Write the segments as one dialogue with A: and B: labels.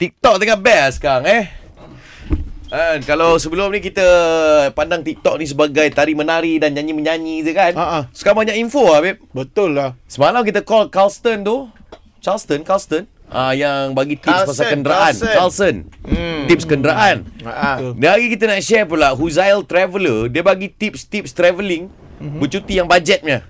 A: TikTok tengah best sekarang eh. Kan, kalau sebelum ni kita pandang TikTok ni sebagai tari menari dan nyanyi menyanyi je kan.
B: Ha, ha.
A: Sekarang banyak info lah babe.
B: Betul lah.
A: Semalam kita call Carlston tu. Charleston, Carlston. Ah yang bagi tips
C: Carlson,
A: pasal kenderaan.
C: Carlson.
A: Carlson.
B: Hmm.
A: Tips kenderaan.
D: Ah.
C: Ha.
A: Dan hari kita nak share pula Huzail Traveller dia bagi tips-tips travelling
B: Mhm.
A: mm-hmm. bercuti yang bajetnya.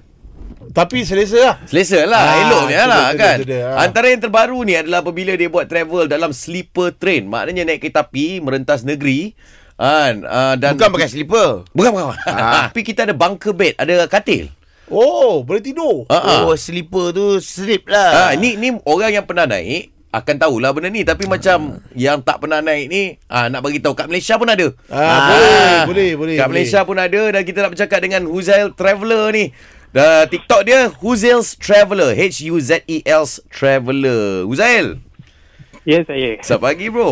B: Tapi selesa lah.
A: Selesa lah, ah,
B: Ah,
A: elok ni
B: tu dia,
A: lah
B: tu dia,
A: kan.
B: tu dia, ah.
A: Antara yang terbaru ni adalah apabila dia buat travel dalam sleeper train. Maknanya naik kereta api merentas negeri. Kan, ah, dan
C: Bukan pakai slipper.
A: bukan bukan. bukan.
B: Ah.
A: Tapi kita ada bunker bed, ada katil.
B: Oh, boleh tidur.
A: Ha ah.
C: Oh, slipper tu slip lah.
A: Ah, ni ni orang yang pernah naik akan tahulah benda ni tapi macam yang tak pernah naik ni ah nak bagi tahu kat Malaysia pun ada.
B: Ah, boleh, boleh, boleh,
A: Kat
B: boleh.
A: Malaysia pun ada dan kita nak bercakap dengan Huzail Traveller ni. Dah TikTok dia Huzail's Traveller, H U Z E L's Traveller. Huzail,
D: Ya saya.
A: selamat pagi bro.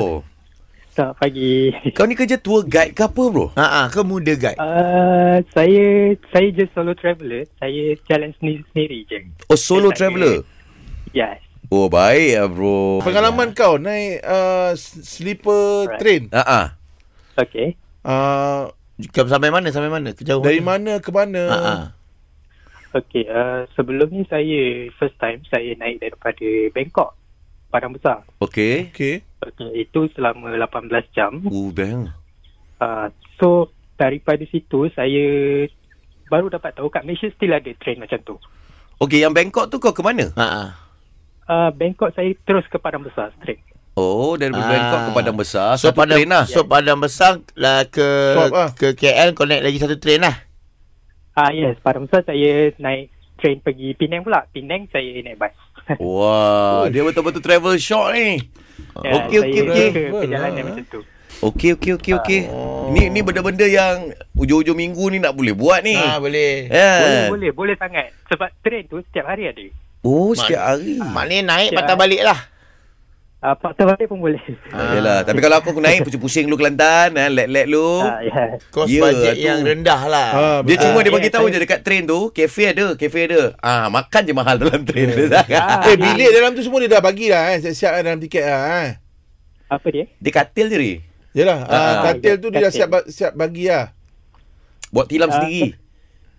D: Selamat pagi.
A: Kau ni kerja tour guide ke apa bro?
C: Ha ah, ke muda guide?
D: Uh, saya saya je solo traveller. Saya jalan sendiri-sendiri je.
A: Oh solo
D: Saya tak
A: traveller.
D: Yes.
A: Oh baik lah bro.
B: Pengalaman kau naik uh, sleeper
D: Alright.
B: train.
A: Ha ah.
D: Okay.
B: Uh,
C: Kau sampai mana? Sampai mana? Kejauhan.
B: dari mana ke mana?
C: Ha ah.
D: Okay. Uh, sebelum ni saya first time saya naik daripada Bangkok. Padang Besar.
A: Okey.
B: Okay.
D: Okay, itu selama 18 jam.
A: Oh bang.
D: Uh, so daripada situ saya baru dapat tahu kat Malaysia still ada train macam tu.
A: Okey, yang Bangkok tu kau ke mana?
C: Ha ah.
D: Uh, Bangkok saya terus ke Padang Besar straight.
A: Oh, dari
C: Ah.
A: Bangkok ke Padang Besar.
C: So
A: satu
C: pada
A: train lah.
C: so pada besar lah ke
B: Swap lah.
C: ke KL kau naik lagi satu train lah.
D: Ah uh, yes, Padang Besar saya naik train pergi Penang pula. Penang saya naik bas.
A: Wah, dia betul-betul travel shock ni.
D: Ya,
A: Okey,
D: saya
A: okey, okey.
D: ke
B: Travel
D: Perjalanan
B: lah.
D: macam tu.
A: Okey, okey, okey, okey.
D: Oh.
A: Ni ni benda-benda yang ujung-ujung minggu ni nak boleh buat ni. Eh. Ya.
C: Ha boleh.
D: Ah,
A: Kan.
D: Boleh,
A: yeah.
D: boleh, boleh sangat. Sebab train tu setiap hari ada.
A: Oh, setiap hari.
C: Maknanya naik
D: Ya.
C: patah balik lah.
D: Uh, patah balik pun boleh.
A: Ah, Yalah, tapi kalau aku, aku naik pusing-pusing lu Kelantan, eh, let-let lu.
D: Ah, ya.
C: Kos
A: Ya,
C: yeah, bajet
A: tu.
C: yang rendah lah.
B: Ah,
A: Dia
B: betul.
A: cuma dia
D: Ah,
A: bagi
D: ya,
A: tahu
D: saya-
A: je dekat train tu, kafe ada, kafe ada. Ah, makan je mahal dalam train. Yeah.
D: Ah,
B: Eh, bilik dalam tu semua dia dah bagi lah eh. Siap-siap lah dalam tiket lah eh.
D: Apa dia?
A: Dia katil je, Ri.
B: Yalah, ah,
A: Ah,
B: katil tu dia dah
D: katil.
B: siap, ba- siap bagi lah.
A: Buat tilam
D: Ah,
A: sendiri.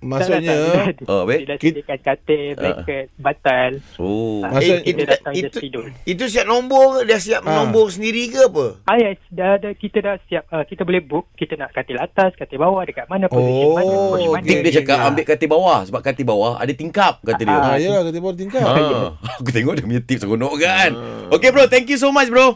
B: Maksudnya,
A: Oh, baik.
D: Dia dah
B: Kita-
D: sediakan katil, blanket, batal.
A: Oh.
D: Ah,
B: Maksud-
D: kita
C: it-
D: datang
C: it-
D: just tidur.
C: Itu siap nombor ke? Dia siap
B: Ah.
C: nombor sendiri ke apa?
D: Ah, yes, dah, dah, kita dah siap. Uh, kita boleh book. Kita nak katil atas, katil bawah, dekat mana, position
B: Oh,
D: mana, position mana.
A: Tik
B: okey,
A: dia cakap
B: okey.
A: ambil katil bawah sebab katil bawah ada tingkap kata dia.
B: ya. ah, yalah, ah, katil bawah tingkap.
A: Ah, aku tengok dia punya tips seronok kan. Okay bro, thank you so much bro.